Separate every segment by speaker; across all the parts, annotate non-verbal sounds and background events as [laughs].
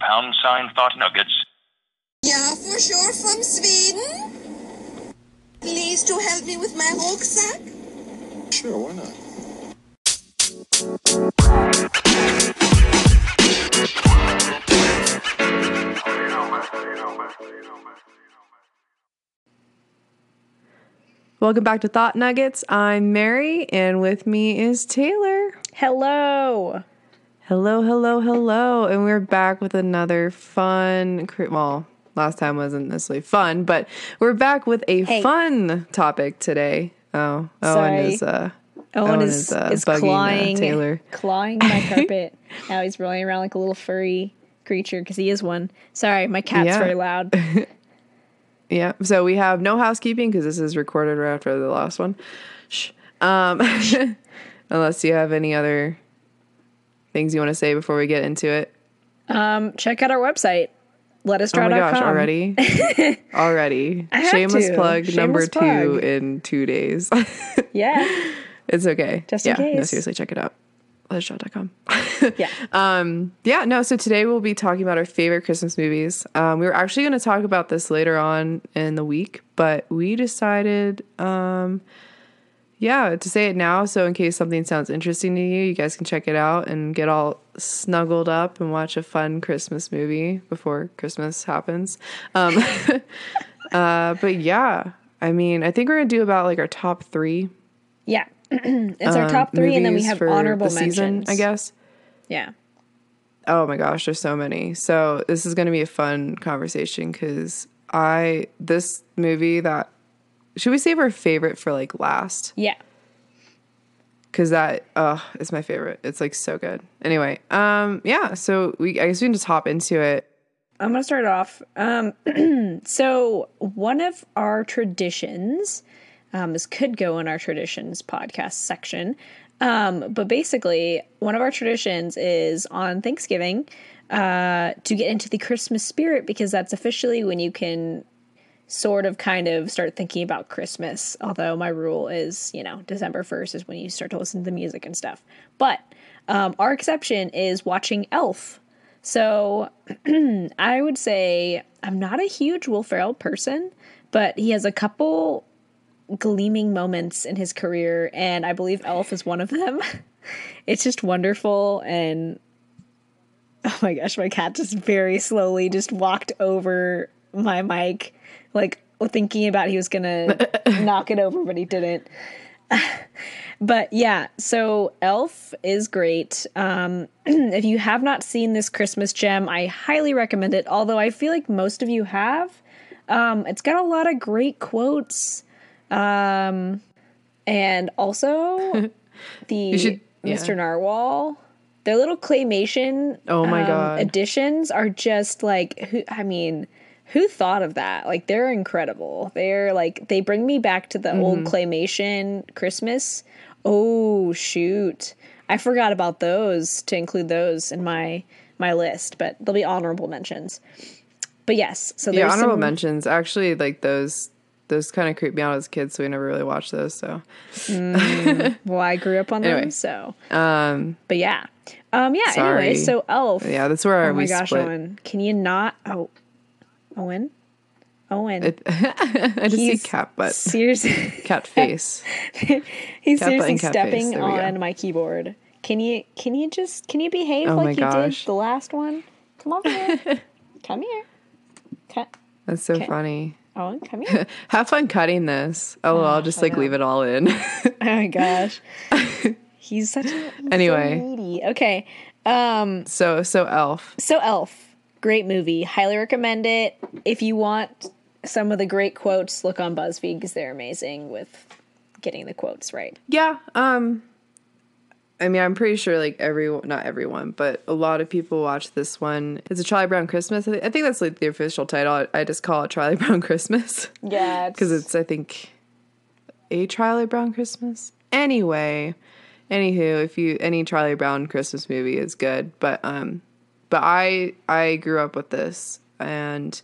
Speaker 1: pound sign thought nuggets.
Speaker 2: Yeah, for sure, from Sweden. Please to help me with my rucksack.
Speaker 3: Sure, why not?
Speaker 4: Welcome back to Thought Nuggets. I'm Mary, and with me is Taylor.
Speaker 5: Hello.
Speaker 4: Hello, hello, hello. And we're back with another fun, cr- well, last time wasn't necessarily fun, but we're back with a
Speaker 5: Hey.
Speaker 4: fun topic today. Oh, Owen
Speaker 5: Sorry.
Speaker 4: is, uh,
Speaker 5: Owen,
Speaker 4: Owen
Speaker 5: is,
Speaker 4: is, uh,
Speaker 5: is
Speaker 4: bugging, uh,
Speaker 5: clawing
Speaker 4: Taylor.
Speaker 5: clawing
Speaker 4: [laughs]
Speaker 5: my carpet. now he's rolling around like a little furry creature because he is one. Sorry, my cat's
Speaker 4: Yeah.
Speaker 5: very
Speaker 4: [laughs]
Speaker 5: loud.
Speaker 4: yeah. So we have no housekeeping because this is recorded right after the last one. Shh. Um, [laughs] unless you have any other things you want to say before we get into it.
Speaker 5: Um, check out our website. Let us
Speaker 4: Oh
Speaker 5: draw.
Speaker 4: my gosh, already?
Speaker 5: [laughs]
Speaker 4: already.
Speaker 5: I have
Speaker 4: Shameless
Speaker 5: to.
Speaker 4: plug number
Speaker 5: Shameless plug.
Speaker 4: two in two days. [laughs]
Speaker 5: Yeah.
Speaker 4: it's okay.
Speaker 5: Just
Speaker 4: yeah,
Speaker 5: in
Speaker 4: No,
Speaker 5: case.
Speaker 4: seriously, check it out. [laughs] Let'sdraw.com.
Speaker 5: Yeah.
Speaker 4: Um, yeah, no, so today we'll be talking about our favorite Christmas movies. Um, we were actually going to talk about this later on in the week, but we decided, um, yeah, to say it now. So in case something sounds interesting to you, you guys can check it out and get all snuggled up and watch a fun Christmas movie before Christmas happens. Um, [laughs] uh, but yeah, I mean, I think we're going to do about like our top three.
Speaker 5: yeah. [clears throat] it's our top three, and then we
Speaker 4: Um, movies
Speaker 5: have
Speaker 4: for
Speaker 5: honorable
Speaker 4: the
Speaker 5: mentions.
Speaker 4: season, I guess.
Speaker 5: Yeah.
Speaker 4: Oh my gosh, there's so many. So this is going to be a fun conversation because I this movie that should we save our favorite for like last
Speaker 5: Yeah.
Speaker 4: because that uh is my favorite. It's like so good. Anyway, um yeah, so we I guess we can just hop into it.
Speaker 5: I'm gonna start off. Um, [clears throat] so one of our traditions, um, this could go in our traditions podcast section, um, but basically one of our traditions is on Thanksgiving uh, to get into the Christmas spirit because that's officially when you can sort of kind of start thinking about Christmas. Although my rule is, you know, December 1st is when you start to listen to the music and stuff. But um, our exception is watching Elf. So I would say I'm not a huge Will Ferrell person, but he has a couple gleaming moments in his career, and I believe Elf is one of them. [laughs] it's just wonderful, and oh my gosh, my cat just very slowly just walked over my mic, like thinking about he was
Speaker 4: [laughs]
Speaker 5: gonna knock it over, but he didn't. [sighs] But yeah, so Elf is great. Um, [clears throat] if you have not seen this Christmas gem, I highly recommend it. Although I feel like most of you have. Um, it's got a lot of great quotes, um, and
Speaker 4: [laughs]
Speaker 5: also the
Speaker 4: should- yeah.
Speaker 5: Mr. Narwhal. Their little claymation
Speaker 4: Oh my
Speaker 5: um,
Speaker 4: God.
Speaker 5: additions are just like who? I mean, who thought of that? Like they're incredible. They're like they bring me back to the old
Speaker 4: Mm-hmm.
Speaker 5: claymation Christmas. Oh shoot. I forgot about those to include those in my my list, but they'll be honorable mentions. But yes, so
Speaker 4: Yeah,
Speaker 5: there's
Speaker 4: honorable
Speaker 5: some,
Speaker 4: mentions. Actually, like those those kind of creeped me out as kids, so we never really watched those. So
Speaker 5: well, I grew up on
Speaker 4: Anyway.
Speaker 5: them, so
Speaker 4: um
Speaker 5: but yeah. Um yeah,
Speaker 4: Sorry.
Speaker 5: anyway, so Elf.
Speaker 4: yeah, that's where
Speaker 5: Oh
Speaker 4: we
Speaker 5: my gosh,
Speaker 4: split.
Speaker 5: Owen. Can you not oh Owen? Owen.
Speaker 4: It, [laughs] I just see
Speaker 5: He's
Speaker 4: cat butt, [laughs]
Speaker 5: Seriously
Speaker 4: cat face.
Speaker 5: [laughs] He's
Speaker 4: Cat button,
Speaker 5: seriously
Speaker 4: cat face.
Speaker 5: stepping
Speaker 4: There we go.
Speaker 5: on my keyboard. Can you can you just can you behave
Speaker 4: Oh my
Speaker 5: like you did
Speaker 4: gosh.
Speaker 5: the last one? Come over here.
Speaker 4: [laughs]
Speaker 5: come here. Cut.
Speaker 4: That's so
Speaker 5: Okay.
Speaker 4: funny.
Speaker 5: Owen, come here. [laughs]
Speaker 4: Have fun cutting this. Oh, well, I'll just like leave it all in. [laughs]
Speaker 5: oh my gosh. He's such a he's so
Speaker 4: Anyway.
Speaker 5: needy. Okay. Um
Speaker 4: so so elf.
Speaker 5: so Elf, great movie. Highly recommend it. If you want some of the great quotes, look on BuzzFeed because they're amazing with getting the quotes right.
Speaker 4: Yeah. Um I mean, I'm pretty sure like everyone, not everyone, but a lot of people watch this one. It's a Charlie Brown Christmas. I, thi- I think that's like the official title. I, I just call it Charlie [laughs] Brown Christmas
Speaker 5: Yeah,
Speaker 4: because it's, I think, a Charlie Brown Christmas. Anyway, anywho, if you any Charlie Brown Christmas movie is good, but um, but I I grew up with this and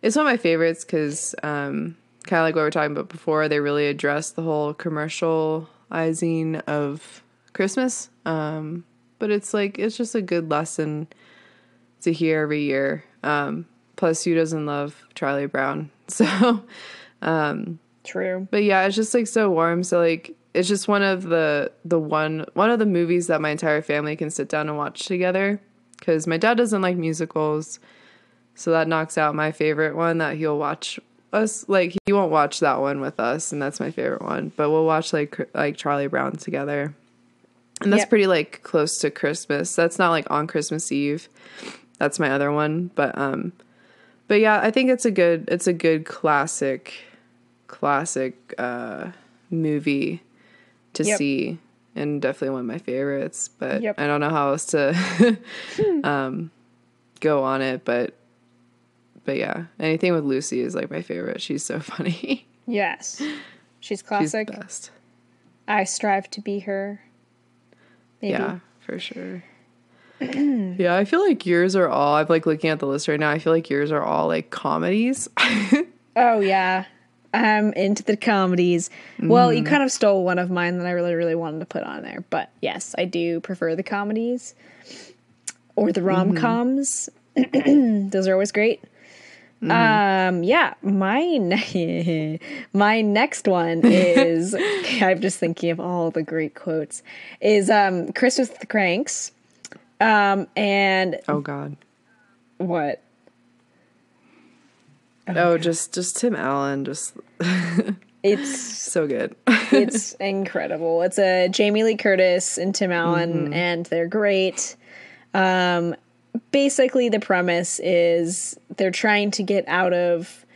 Speaker 4: it's one of my favorites because um, kind of like what we were talking about before, they really address the whole commercializing of Christmas. Um, but it's like it's just a good lesson to hear every year. Um, plus, who doesn't love Charlie Brown? [laughs] So,
Speaker 5: True.
Speaker 4: but yeah, it's just like so warm. So like, it's just one of the the one one of the movies that my entire family can sit down and watch together. Because my dad doesn't like musicals, so that knocks out my favorite one that he'll watch us. Like he won't watch that one with us, and that's my favorite one. But we'll watch like cr- like Charlie Brown together, and that's
Speaker 5: Yep.
Speaker 4: pretty like close to Christmas. That's not like on Christmas Eve. That's my other one, but um, but yeah, I think it's a good it's a good classic classic uh, movie to
Speaker 5: Yep.
Speaker 4: see and definitely one of my favorites but
Speaker 5: Yep. Hmm.
Speaker 4: i don't know how else to [laughs] um, go on it but but yeah anything with lucy is like my favorite she's so [laughs] funny [gasps]
Speaker 5: Yes. She's
Speaker 4: she's the
Speaker 5: classic.
Speaker 4: best
Speaker 5: I strive to be her. Maybe.
Speaker 4: yeah for sure
Speaker 5: [clears throat]
Speaker 4: yeah i feel like yours are all i'm like looking at the list right now i feel like yours are all
Speaker 5: [laughs]
Speaker 4: like comedies
Speaker 5: Oh yeah. I'm into the comedies. Well, you kind of stole one of mine that I really, really wanted to put on there. But yes, I do prefer the comedies or the rom coms. [clears throat] Those are always great. Um, yeah, my ne- [laughs] my next one is I'm just thinking of all the great quotes. Is um Christmas with the Cranks. Um, and
Speaker 4: oh god
Speaker 5: what?
Speaker 4: oh just just tim allen just
Speaker 5: It's
Speaker 4: so good [laughs]
Speaker 5: it's incredible. It's a Jamie Lee Curtis and Tim Allen, and they're great. Um, basically, the premise is they're trying to get out of.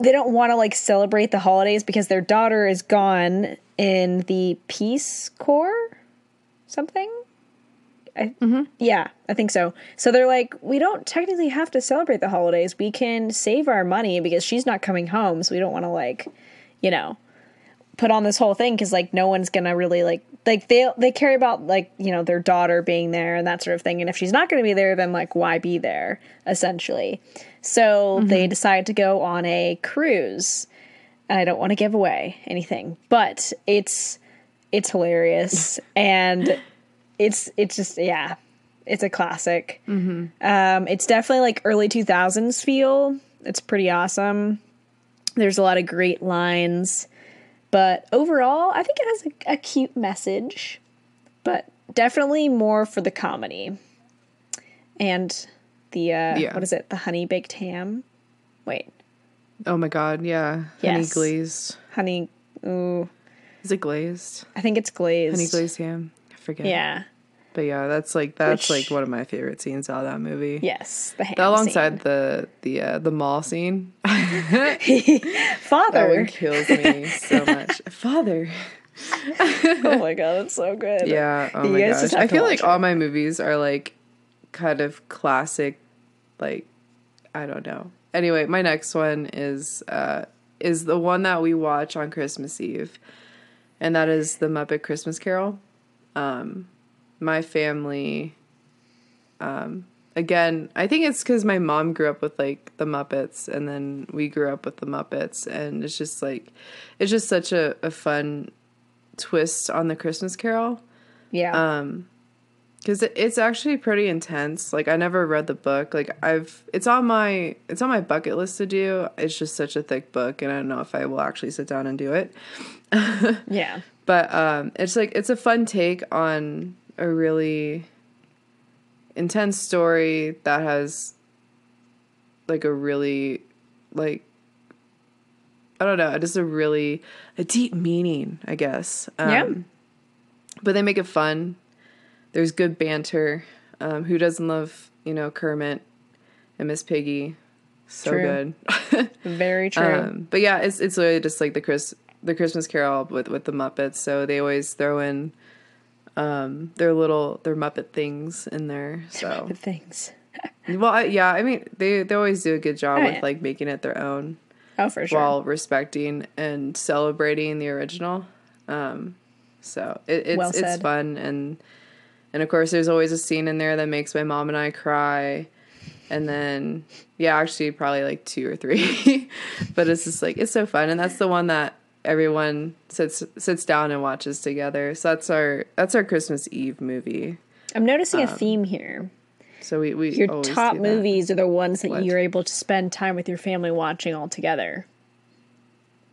Speaker 5: They don't want to like celebrate the holidays because their daughter is gone in the Peace Corps, something. I, Yeah, I think so. So they're like, we don't technically have to celebrate the holidays. We can save our money because she's not coming home, so we don't want to like, you know, put on this whole thing because like no one's gonna really like like they they care about like you know their daughter being there and that sort of thing and if she's not gonna be there then like why be there essentially so they decide to go on a cruise and i don't want to give away anything but it's it's hilarious and it's it's just yeah it's a classic um it's definitely like early 2000s feel it's pretty awesome there's a lot of great lines but overall, I think it has a, a cute message, but definitely more for the comedy and the uh,
Speaker 4: Yeah.
Speaker 5: what is it? The honey baked ham. Wait,
Speaker 4: oh my god yeah honey
Speaker 5: Yes.
Speaker 4: glazed
Speaker 5: honey. Ooh,
Speaker 4: Is it glazed?
Speaker 5: I think it's glazed.
Speaker 4: Honey glazed ham? I forget.
Speaker 5: Yeah.
Speaker 4: But yeah, that's like that's
Speaker 5: Which-
Speaker 4: like one of my favorite scenes out of that movie.
Speaker 5: Yes. The ham.
Speaker 4: That alongside the the uh, the mall scene.
Speaker 5: scene.
Speaker 4: That one
Speaker 5: [laughs] father.
Speaker 4: kills me
Speaker 5: [laughs]
Speaker 4: so much. Father.
Speaker 5: oh my god, that's so good.
Speaker 4: Yeah. Oh
Speaker 5: You
Speaker 4: my
Speaker 5: guys
Speaker 4: gosh.
Speaker 5: just have
Speaker 4: I
Speaker 5: to
Speaker 4: feel
Speaker 5: watch
Speaker 4: like all my movies are like kind of classic like I don't know. Anyway, my next one is uh is the one that we watch on Christmas Eve. And that is The Muppet Christmas Carol. Um my family um, again, I think it's because my mom grew up with like the Muppets, and then we grew up with the Muppets, and it's just like, it's just such a, a fun twist on the Christmas Carol
Speaker 5: Yeah.
Speaker 4: um, because it, it's actually pretty intense. Like I never read the book. Like I've, it's on my, it's on my bucket list to do. It's just such a thick book, and I don't know if I will actually sit down and do it.
Speaker 5: yeah.
Speaker 4: but um, it's like it's a fun take on a really intense story that has like a really like i don't know just a really a deep meaning i guess um,
Speaker 5: Yeah.
Speaker 4: but they make it fun there's good banter um, who doesn't love you know kermit and miss piggy so
Speaker 5: True.
Speaker 4: good [laughs]
Speaker 5: Very true.
Speaker 4: um, but yeah, it's it's literally just like the Chris the Christmas Carol with with the Muppets. So they always throw in um, their little their Muppet things in there.
Speaker 5: [laughs]
Speaker 4: So
Speaker 5: Good things.
Speaker 4: well, I, yeah, I mean they they always do a good job
Speaker 5: Oh,
Speaker 4: with
Speaker 5: yeah.
Speaker 4: like making it their own
Speaker 5: Oh, for sure.
Speaker 4: while respecting and celebrating the original. Um, so it, it's
Speaker 5: Well
Speaker 4: it's
Speaker 5: said.
Speaker 4: fun and and of course there's always a scene in there that makes my mom and I cry. And then yeah, actually probably like two or three, [laughs] but it's just like it's so fun and that's the one that everyone sits sits down and watches together. So that's our that's our Christmas Eve movie.
Speaker 5: I'm noticing a theme here.
Speaker 4: So we um, we
Speaker 5: Your
Speaker 4: always
Speaker 5: top
Speaker 4: do that.
Speaker 5: movies are the ones that
Speaker 4: What?
Speaker 5: you're able to spend time with your family watching all together.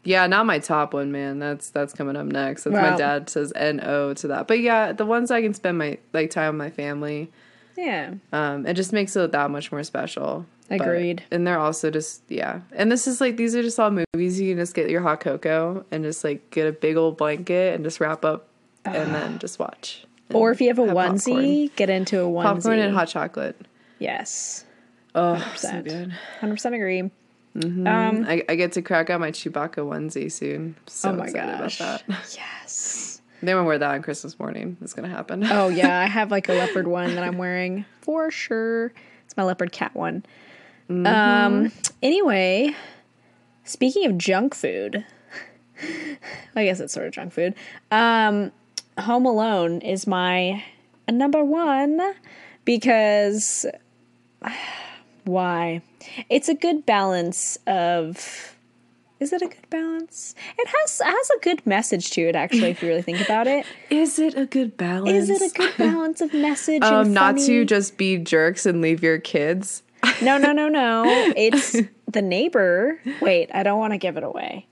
Speaker 4: Yeah, not my top one, man. That's that's coming up next. That's
Speaker 5: Well-
Speaker 4: my dad says N O to that. But yeah, the ones I can spend my like time with my family.
Speaker 5: Yeah.
Speaker 4: Um, it just makes it that much more special. But-
Speaker 5: Agreed.
Speaker 4: and they're also just yeah. And this is like these are just all movies you can just get your hot cocoa and just like get a big old blanket and just wrap up and then just watch. And
Speaker 5: Or if you have a
Speaker 4: have
Speaker 5: onesie,
Speaker 4: popcorn.
Speaker 5: get into a onesie.
Speaker 4: popcorn and hot chocolate.
Speaker 5: Yes.
Speaker 4: Oh, so
Speaker 5: 100%.
Speaker 4: good.
Speaker 5: 100% agree. Um,
Speaker 4: I, I get to crack out my Chewbacca onesie soon. So
Speaker 5: oh my
Speaker 4: excited
Speaker 5: gosh.
Speaker 4: about that. [laughs]
Speaker 5: Yes.
Speaker 4: They're gonna wear that on Christmas morning. It's gonna happen.
Speaker 5: Oh yeah, I have like a leopard one that I'm wearing for sure. It's my leopard cat one. Um anyway, speaking of junk food. [laughs] I guess it's sort of junk food. Um Home Alone is my number 1 because [sighs] why? It's a good balance of is it a good balance? It has it has a good message to it actually if you really think about it.
Speaker 4: Is it a good balance?
Speaker 5: Is it a good balance of message? and
Speaker 4: um, not to
Speaker 5: funny?
Speaker 4: just be jerks and leave your kids.
Speaker 5: No, no, no,
Speaker 4: [laughs]
Speaker 5: no. It's the neighbor. Wait, I don't want to give it away.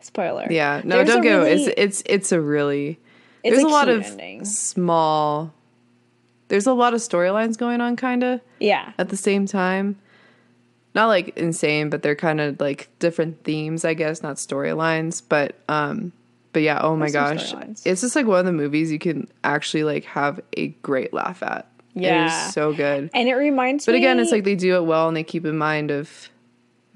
Speaker 5: Spoiler.
Speaker 4: Yeah, no,
Speaker 5: There's
Speaker 4: don't
Speaker 5: a
Speaker 4: go.
Speaker 5: really-
Speaker 4: it's it's it's a really
Speaker 5: it's
Speaker 4: there's a, lot
Speaker 5: cute
Speaker 4: of
Speaker 5: ending.
Speaker 4: small. There's a lot of storylines going on, kind of
Speaker 5: Yeah,
Speaker 4: at the same time. Not like insane, but they're kind of like different themes, I guess. Not storylines, but um, but yeah. Oh my
Speaker 5: some
Speaker 4: gosh,
Speaker 5: storylines.
Speaker 4: it's just like one of the movies you can actually like have a great laugh at. it
Speaker 5: Yeah.
Speaker 4: is so good.
Speaker 5: and it reminds
Speaker 4: But
Speaker 5: me.
Speaker 4: again, it's like they do it well and they keep in mind of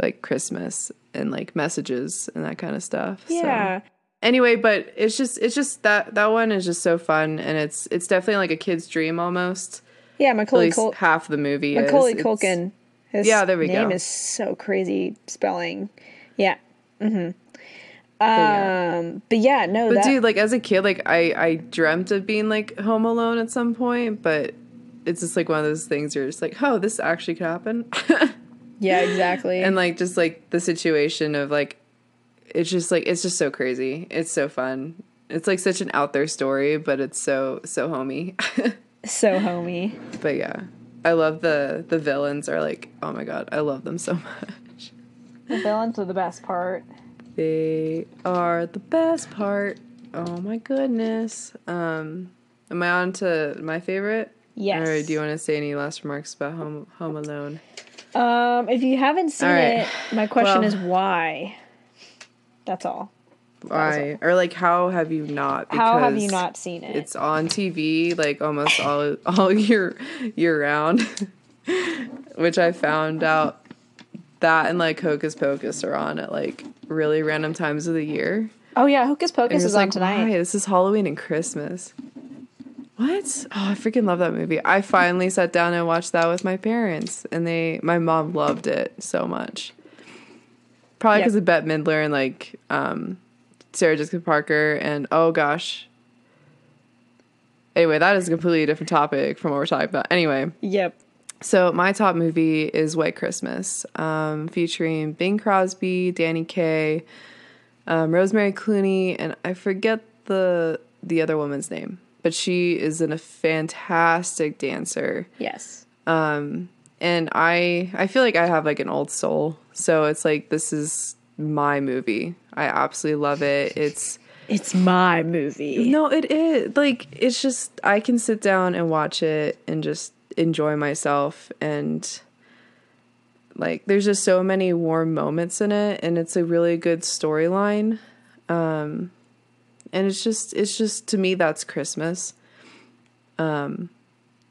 Speaker 4: like Christmas and like messages and that kind of stuff. so.
Speaker 5: yeah,
Speaker 4: Anyway, but it's just it's just that that one is just so fun and it's it's definitely like a kid's dream almost.
Speaker 5: yeah.
Speaker 4: At
Speaker 5: Macaulay,
Speaker 4: least
Speaker 5: Cul-
Speaker 4: half the movie
Speaker 5: Macaulay
Speaker 4: is. It's-
Speaker 5: Culkin. His
Speaker 4: Yeah, there we
Speaker 5: name
Speaker 4: go.
Speaker 5: is so crazy spelling. Yeah, mm-hmm.
Speaker 4: but yeah.
Speaker 5: um, but yeah, no,
Speaker 4: But
Speaker 5: that
Speaker 4: dude, like as a kid, like I I dreamt of being like home alone at some point, but it's just like one of those things you're just like, oh, this actually could happen. [laughs]
Speaker 5: yeah, exactly.
Speaker 4: and like just like the situation of like it's just like it's just so crazy it's so fun it's like such an out there story but it's so so homey [laughs]
Speaker 5: so homey.
Speaker 4: but yeah i love the the villains are like oh my god i love them so [laughs] much
Speaker 5: The villains are the best part.
Speaker 4: they are the best part oh my goodness um am i on to my favorite
Speaker 5: Yes.
Speaker 4: or do you want to say any last remarks about home home alone
Speaker 5: Um, if you haven't seen
Speaker 4: All right.
Speaker 5: it, my question
Speaker 4: Well-
Speaker 5: is why. That's all.
Speaker 4: why or like how have you not
Speaker 5: How have you
Speaker 4: Because-
Speaker 5: not seen it?
Speaker 4: it's on TV like almost all [laughs] all year year round, [laughs] which I found out that and like Hocus Pocus are on at like really random times of the year.
Speaker 5: oh yeah, Hocus
Speaker 4: And
Speaker 5: Pocus
Speaker 4: you're
Speaker 5: is
Speaker 4: just
Speaker 5: on tonight.
Speaker 4: Why? This is Halloween and Christmas. What? Oh, I freaking love that movie. I finally sat down and watched that with my parents, and they my mom loved it so much. Probably
Speaker 5: Yeah.
Speaker 4: because of Bette Midler and like um, Sarah Jessica Parker, and oh gosh. Anyway, that is a completely different topic from what we're talking about. Anyway,
Speaker 5: Yep.
Speaker 4: so my top movie is White Christmas, um, featuring Bing Crosby, Danny Kaye, um, Rosemary Clooney, and I forget the the other woman's name, but she is in a fantastic dancer,
Speaker 5: Yes.
Speaker 4: and I I feel like I have like an old soul, so it's like this is my movie. I absolutely love it. It's
Speaker 5: It's my movie.
Speaker 4: no, it is like it's just I can sit down and watch it and just enjoy myself and like there's just so many warm moments in it and it's a really good storyline. Um and it's just it's just to me that's Christmas. Um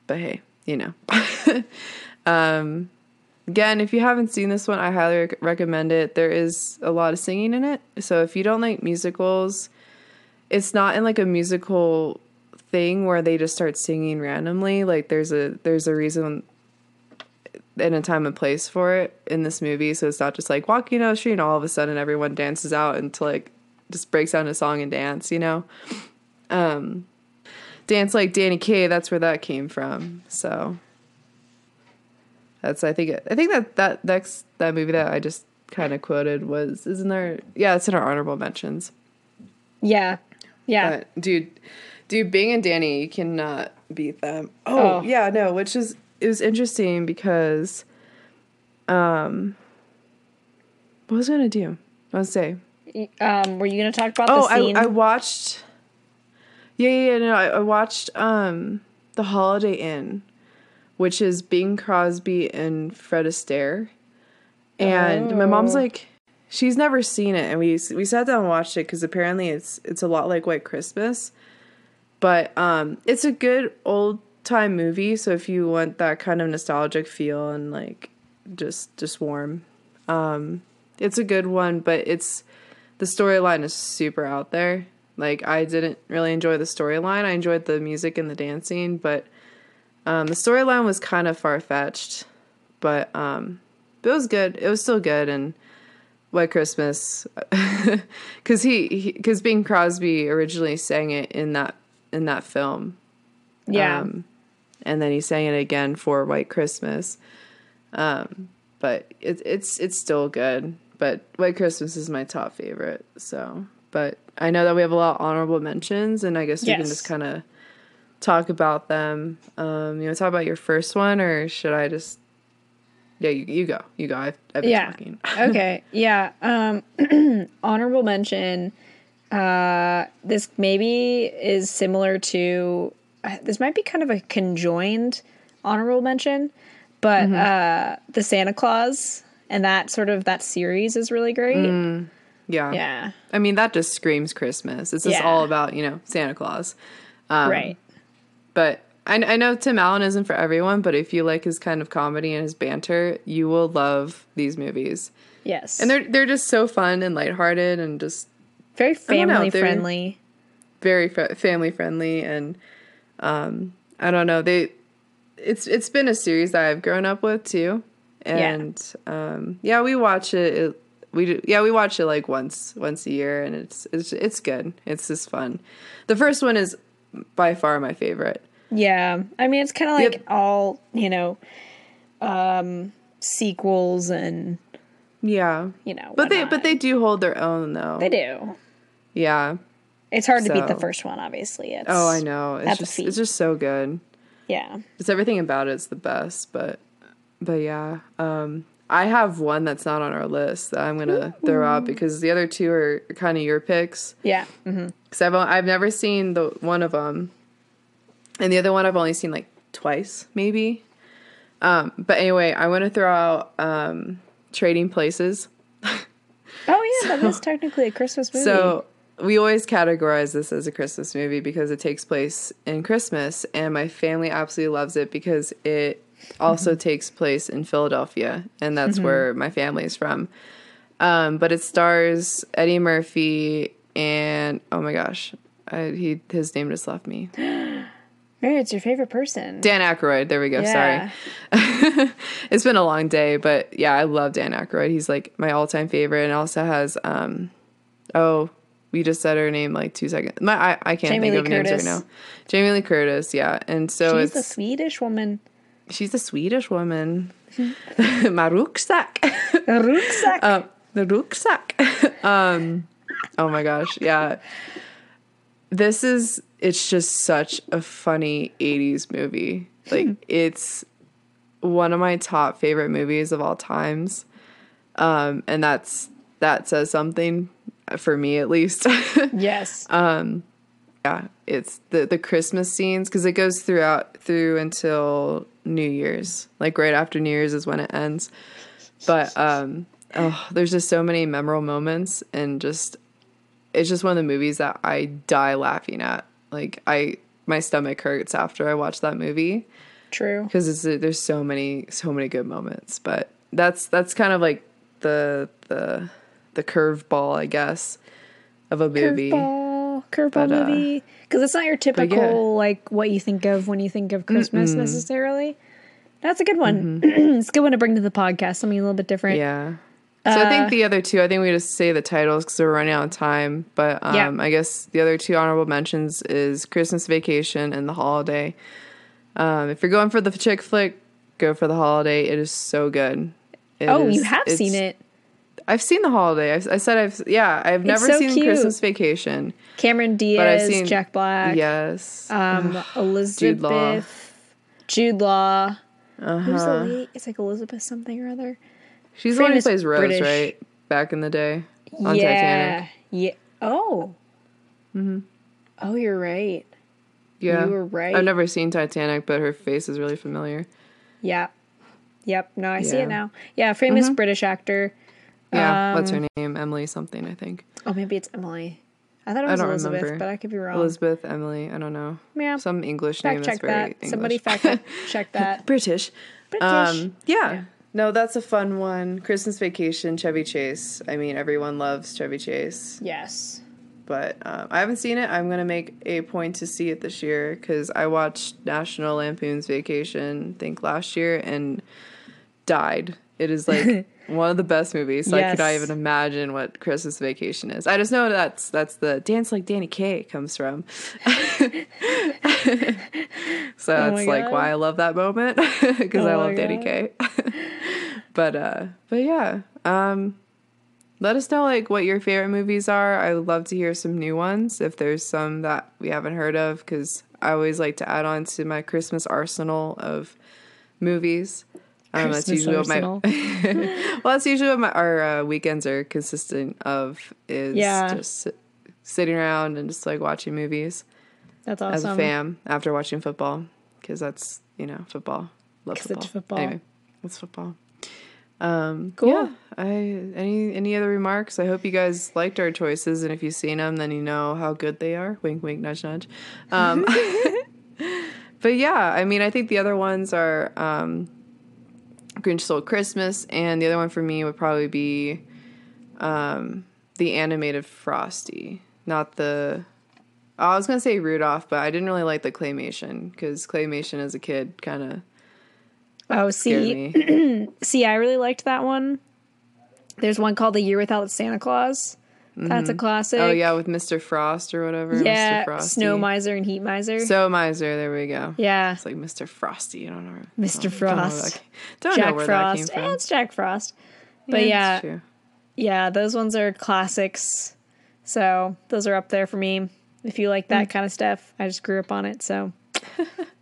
Speaker 4: but hey, you know. [laughs] um again, if you haven't seen this one, I highly rec- recommend it. There is a lot of singing in it. So if you don't like musicals, it's not in like a musical thing where they just start singing randomly like there's a there's a reason and a time and place for it in this movie so it's not just like walking down the street and all of a sudden everyone dances out and to like just breaks down a song and dance you know um dance like danny kaye that's where that came from so that's i think i think that that that's that movie that i just kind of quoted was isn't there yeah it's in our honorable mentions
Speaker 5: Yeah. Yeah.
Speaker 4: but dude, dude, Bing and Danny, you cannot beat them. Oh,
Speaker 5: Oh.
Speaker 4: yeah, no, which is it was interesting because um what was I gonna do? I was gonna say.
Speaker 5: Um, were you going to talk about
Speaker 4: Oh,
Speaker 5: the scene?
Speaker 4: I I watched Yeah, yeah, yeah, no, I, I watched um The Holiday Inn, which is Bing Crosby and Fred Astaire. And my mom's
Speaker 5: Oh.
Speaker 4: like she's never seen it and we we sat down and watched it cuz apparently it's it's a lot like White Christmas but um it's a good old time movie so if you want that kind of nostalgic feel and like just just warm um it's a good one but it's the storyline is super out there like i didn't really enjoy the storyline i enjoyed the music and the dancing but um the storyline was kind of far-fetched but um but it was good it was still good and White Christmas, [laughs] because he because Bing Crosby originally sang it in that in that film,
Speaker 5: yeah.
Speaker 4: um, and then he sang it again for White Christmas. Um, but it, it's it's still good. But White Christmas is my top favorite. So, but I know that we have a lot of honorable mentions, and I guess we can
Speaker 5: Yes.
Speaker 4: just kind of talk about them. Um, you know, talk about your first one, or should I just? Yeah, you, you go, you go. I've, I've been
Speaker 5: yeah.
Speaker 4: talking. [laughs]
Speaker 5: okay. Yeah. Um, [clears throat] honorable mention. Uh, this maybe is similar to. uh, This might be kind of a conjoined honorable mention, but
Speaker 4: Mm-hmm.
Speaker 5: uh, the Santa Claus and that sort of that series is really great.
Speaker 4: Mm.
Speaker 5: Yeah.
Speaker 4: I mean, that just screams Christmas. It's just
Speaker 5: Yeah.
Speaker 4: all about, you know, Santa Claus. Um,
Speaker 5: right.
Speaker 4: But I, I know Tim Allen isn't for everyone, but if you like his kind of comedy and his banter, you will love these movies.
Speaker 5: Yes.
Speaker 4: And they're they're just so fun and lighthearted and just
Speaker 5: very
Speaker 4: don't know,
Speaker 5: family
Speaker 4: they're-
Speaker 5: friendly.
Speaker 4: very fr- family friendly and um I don't know, they it's it's been a series that I've grown up with too. And um yeah, we watch it, it we do, yeah, we watch it like once once a year and it's it's it's good. It's just fun. The first one is by far my favorite.
Speaker 5: Yeah. I mean, it's kind of like
Speaker 4: Yep.
Speaker 5: all, you know, um, sequels and,
Speaker 4: Yeah.
Speaker 5: you know,
Speaker 4: But they
Speaker 5: whatnot.
Speaker 4: but they do hold their own though.
Speaker 5: They do.
Speaker 4: Yeah.
Speaker 5: It's hard to beat the
Speaker 4: So-
Speaker 5: first one, obviously. It's,
Speaker 4: Oh, I know. It's
Speaker 5: That's a
Speaker 4: just
Speaker 5: feat.
Speaker 4: it's just so good.
Speaker 5: Yeah.
Speaker 4: It's everything about it's the best, but but yeah. Um I have one that's not on our list that I'm gonna throw out because the other two are kind of your picks.
Speaker 5: Yeah. Mhm.
Speaker 4: Because I've on- I've never seen the one of them, and the other one I've only seen like twice maybe. Um, but anyway, I want to throw out um, Trading Places.
Speaker 5: Oh, yeah.
Speaker 4: [laughs]
Speaker 5: that is technically a Christmas movie.
Speaker 4: So we always categorize this as a Christmas movie because it takes place in Christmas, and my family absolutely loves it because it also takes place in Philadelphia, and that's where my family is from. Um, but it stars Eddie Murphy and oh my gosh, I, he his name just left me.
Speaker 5: Maybe it's your favorite person.
Speaker 4: Dan Aykroyd. There we go.
Speaker 5: Yeah.
Speaker 4: Sorry. it's been a long day, but yeah, I love Dan Aykroyd. He's like my all time favorite and also has um oh, we just said her name like two seconds. My I, I can't
Speaker 5: Jamie
Speaker 4: think
Speaker 5: Lee
Speaker 4: of names
Speaker 5: Curtis.
Speaker 4: right now. Jamie Lee Curtis, yeah. And so
Speaker 5: She's
Speaker 4: it's
Speaker 5: a Swedish woman.
Speaker 4: she's a Swedish woman. [laughs] my rucksack.
Speaker 5: Rucksack.
Speaker 4: [laughs] Um, the rucksack. [laughs] um, oh my gosh, yeah. This is it's just such a funny 80s movie. Like it's one of my top favorite movies of all times. Um, and that's that says something for me at least. [laughs]
Speaker 5: yes.
Speaker 4: Uh, yeah, it's the the Christmas scenes cuz it goes throughout through until New Year's. Like right after New Year's is when it ends. But um oh, there's just so many memorable moments and just it's just one of the movies that I die laughing at. Like I my stomach hurts after I watch that movie
Speaker 5: True.
Speaker 4: because it's there's so many so many good moments. But that's that's kind of like the the the curveball, I guess, of a movie.
Speaker 5: Curveball. Curveball
Speaker 4: But, uh,
Speaker 5: movie. Because it's not your typical,
Speaker 4: yeah.
Speaker 5: like, what you think of when you think of Christmas necessarily. That's a good one. [clears throat] it's a good one to bring to the podcast. Something a little bit different.
Speaker 4: Mm-hmm. Yeah. So I
Speaker 5: Uh,
Speaker 4: think the other two, I think we just say the titles because we're running out of time. But um,
Speaker 5: Yeah.
Speaker 4: I guess the other two honorable mentions is Christmas Vacation and The Holiday. Um, if you're going for the chick flick, go for The Holiday. It is so good. It
Speaker 5: Oh, you
Speaker 4: is-
Speaker 5: have
Speaker 4: it's-
Speaker 5: seen it.
Speaker 4: I've seen The Holiday. I've, I said I've yeah. I've never
Speaker 5: so
Speaker 4: seen
Speaker 5: cute.
Speaker 4: Christmas Vacation.
Speaker 5: Cameron
Speaker 4: But I've
Speaker 5: Diaz,
Speaker 4: seen-
Speaker 5: Jack Black,
Speaker 4: Yes.
Speaker 5: um, Elizabeth,
Speaker 4: Jude
Speaker 5: Jude
Speaker 4: Law.
Speaker 5: Law. Jude Law. Who's the
Speaker 4: uh-huh.
Speaker 5: lady? It's like Elizabeth something or other.
Speaker 4: She's the one who
Speaker 5: famous
Speaker 4: plays Rose,
Speaker 5: British-
Speaker 4: right? Back in the day on Titanic.
Speaker 5: Yeah. Oh. Mm-hmm. Oh, you're right.
Speaker 4: Yeah.
Speaker 5: You were right.
Speaker 4: I've never seen Titanic, but her face is really familiar.
Speaker 5: Yeah. Yep. No, I see
Speaker 4: Yeah. Mm-hmm.
Speaker 5: it now. Yeah, famous British actor.
Speaker 4: Yeah. What's
Speaker 5: Um,
Speaker 4: her name? Emily something, I think.
Speaker 5: Oh, maybe it's Emily. I thought it was
Speaker 4: don't
Speaker 5: Elizabeth,
Speaker 4: remember.
Speaker 5: but I could be wrong.
Speaker 4: Elizabeth, Emily, I don't know.
Speaker 5: Yeah.
Speaker 4: Some English name
Speaker 5: fact
Speaker 4: is
Speaker 5: check
Speaker 4: very
Speaker 5: that.
Speaker 4: English.
Speaker 5: Somebody fact check that.
Speaker 4: [laughs] British.
Speaker 5: British.
Speaker 4: Um, yeah. No, that's a fun one. Christmas Vacation, Chevy Chase. I mean, everyone loves Chevy Chase,
Speaker 5: yes.
Speaker 4: but um, I haven't seen it. I'm going to make a point to see it this year because I watched National Lampoon's Vacation, I think last year, and died. It is
Speaker 5: [laughs]
Speaker 4: like one of the best movies. So I cannot
Speaker 5: Yes.
Speaker 4: even imagine what Christmas Vacation is. I just know that's that's the Dance Like Danny Kaye comes from. [laughs] so
Speaker 5: [laughs] Oh my
Speaker 4: that's like
Speaker 5: God.
Speaker 4: why I love that moment [laughs] because I
Speaker 5: Oh my
Speaker 4: love Danny
Speaker 5: God.
Speaker 4: Kaye. [laughs] but uh but yeah, um let us know like what your favorite movies are. I would love to hear some new ones if there's some that we haven't heard of cuz I always like to add on to my Christmas arsenal of movies. Um, that's
Speaker 5: Christmas
Speaker 4: usually what my
Speaker 5: arsenal.
Speaker 4: [laughs] well, that's usually what my, our uh, weekends are consistent of is
Speaker 5: Yeah.
Speaker 4: just sit, sitting around and just like watching movies
Speaker 5: That's
Speaker 4: as
Speaker 5: awesome.
Speaker 4: a fam after watching football because that's you know football love
Speaker 5: 'Cause
Speaker 4: football.
Speaker 5: it's football.
Speaker 4: anyway that's football
Speaker 5: Cool.
Speaker 4: yeah I any any other remarks I hope you guys liked our choices and if you've seen them then you know how good they are wink wink nudge nudge
Speaker 5: [laughs]
Speaker 4: um, but yeah I mean I think the other ones are um, Grinch Stole Christmas and the other one for me would probably be um, the animated Frosty, not the. oh, I was gonna say Rudolph, but I didn't really like the claymation because claymation as a kid kind of
Speaker 5: Oh,
Speaker 4: scared
Speaker 5: see,
Speaker 4: me.
Speaker 5: see, I really liked that one. There's one called The Year Without Santa Claus. That's a classic.
Speaker 4: Oh yeah, with Mr. Frost or whatever.
Speaker 5: Yeah,
Speaker 4: Mr. Frosty.
Speaker 5: Snow Miser and Heat Miser.
Speaker 4: Snow miser. There we go.
Speaker 5: yeah,
Speaker 4: It's like Mr. Frosty. I don't know.
Speaker 5: Mr.
Speaker 4: don't- don't know where that
Speaker 5: Frost.
Speaker 4: ca- Don't know
Speaker 5: Jack
Speaker 4: where
Speaker 5: Frost.
Speaker 4: that
Speaker 5: Eh,
Speaker 4: came from.
Speaker 5: it's Jack Frost. But
Speaker 4: Yeah,
Speaker 5: yeah,
Speaker 4: it's true.
Speaker 5: yeah, those ones are classics. So those are up there for me. If you like
Speaker 4: Mm.
Speaker 5: that kind of stuff, I just grew up on it.
Speaker 4: [laughs]
Speaker 5: So,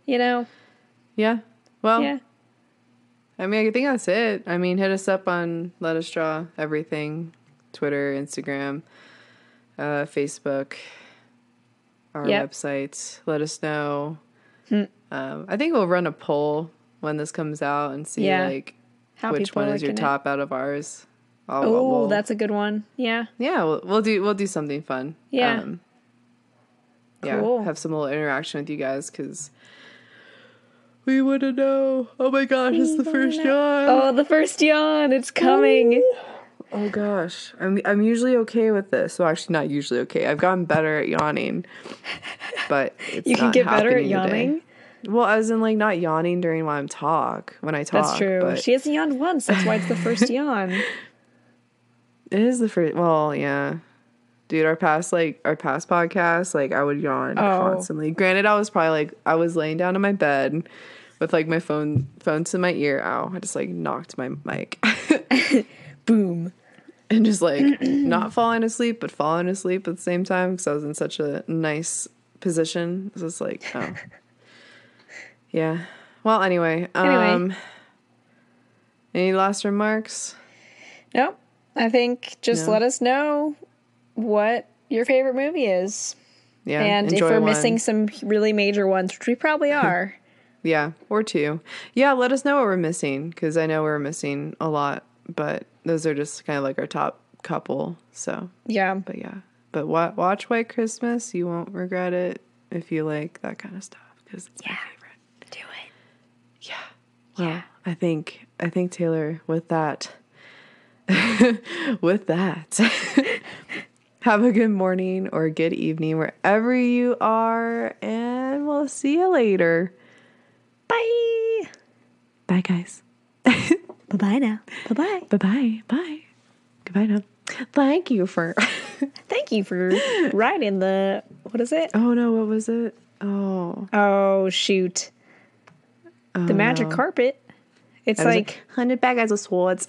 Speaker 5: you know,
Speaker 4: Yeah. Well,
Speaker 5: yeah.
Speaker 4: I mean, I think that's it. I mean, hit us up on Let Us Draw Everything Twitter, Instagram, uh, Facebook, our
Speaker 5: Yep. Hmm.
Speaker 4: website. Let us know. Um, I think we'll run a poll when this comes out and see
Speaker 5: Yeah.
Speaker 4: like
Speaker 5: How
Speaker 4: which
Speaker 5: people
Speaker 4: one
Speaker 5: are
Speaker 4: is your
Speaker 5: liking it.
Speaker 4: top out of ours. I'll- I'll-
Speaker 5: Oh,
Speaker 4: we'll-
Speaker 5: that's a good one.
Speaker 4: [laughs]
Speaker 5: Yeah.
Speaker 4: yeah. We'll, we'll do we'll do something fun. Um,
Speaker 5: Yeah.
Speaker 4: yeah,
Speaker 5: Cool.
Speaker 4: have some little interaction with you guys because we want to know. Oh my gosh, it's the first time.
Speaker 5: Oh, the first yawn. It's coming.
Speaker 4: Oh gosh, I'm I'm usually okay with this. Well, actually, not usually okay. I've gotten better at yawning,
Speaker 5: [laughs]
Speaker 4: but it's
Speaker 5: You can
Speaker 4: not
Speaker 5: get better at
Speaker 4: happening today.
Speaker 5: yawning.
Speaker 4: Well, as in like not yawning during while I'm talk when I talk.
Speaker 5: That's true.
Speaker 4: But
Speaker 5: She hasn't yawned once. That's why it's the
Speaker 4: [laughs]
Speaker 5: first yawn.
Speaker 4: it is the first. Well, yeah, dude. Our past like our past podcast, like I would yawn
Speaker 5: Oh.
Speaker 4: constantly. Granted, I was probably like I was laying down in my bed with like my phone phone to my ear. Ow! I just like knocked my mic. [laughs]
Speaker 5: Boom.
Speaker 4: and just
Speaker 5: [clears throat]
Speaker 4: like not falling asleep but falling asleep at the same time because I was in such a nice position. It was like,
Speaker 5: [laughs]
Speaker 4: oh, yeah. Well, anyway,
Speaker 5: Anyway.
Speaker 4: um, any last remarks?
Speaker 5: Nope. I think just
Speaker 4: No.
Speaker 5: let us know what your favorite movie is.
Speaker 4: Yeah,
Speaker 5: and if
Speaker 4: enjoy
Speaker 5: we're
Speaker 4: one.
Speaker 5: missing some really major ones, which we
Speaker 4: [laughs]
Speaker 5: probably are.
Speaker 4: yeah, or two, yeah, let us know what we're missing because I know we're missing a lot, but those are just kind of like our top couple. So,
Speaker 5: yeah.
Speaker 4: but yeah, but wa- watch White Christmas. You won't regret it if you like that kind of stuff because it's my favorite.
Speaker 5: Do it.
Speaker 4: Yeah. Well, I think I think Taylor with that [laughs] with that. [laughs] Have a good morning or good evening wherever you are and we'll see you later.
Speaker 5: Bye.
Speaker 4: Bye guys.
Speaker 5: Bye bye now. Bye bye.
Speaker 4: Bye-bye. Bye. Goodbye now. Thank you for
Speaker 5: Thank you for riding the. What is it?
Speaker 4: [laughs] Oh no, what was it? Oh.
Speaker 5: Oh, shoot.
Speaker 4: Uh,
Speaker 5: The magic carpet. It's like.
Speaker 4: hundred bad guys with swords.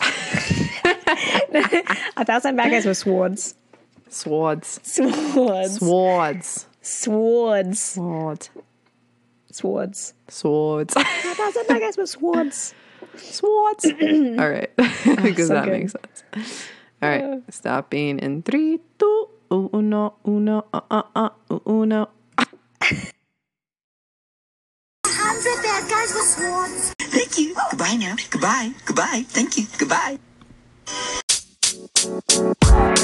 Speaker 5: A thousand bad guys with swords. [laughs]
Speaker 4: Swords.
Speaker 5: Swords.
Speaker 4: Swords.
Speaker 5: Swords.
Speaker 4: Swords.
Speaker 5: Swords.
Speaker 4: Swords.
Speaker 5: A thousand bad guys with swords.
Speaker 4: Swords. All right. [laughs] Because
Speaker 5: so
Speaker 4: that
Speaker 5: good.
Speaker 4: makes sense. All right. Stop being in three, two, uno, uno, uh, uh, uh, uno.
Speaker 2: Hundred bad guys with swords.
Speaker 1: Thank you. Goodbye now. Goodbye. Goodbye. Thank you. Goodbye.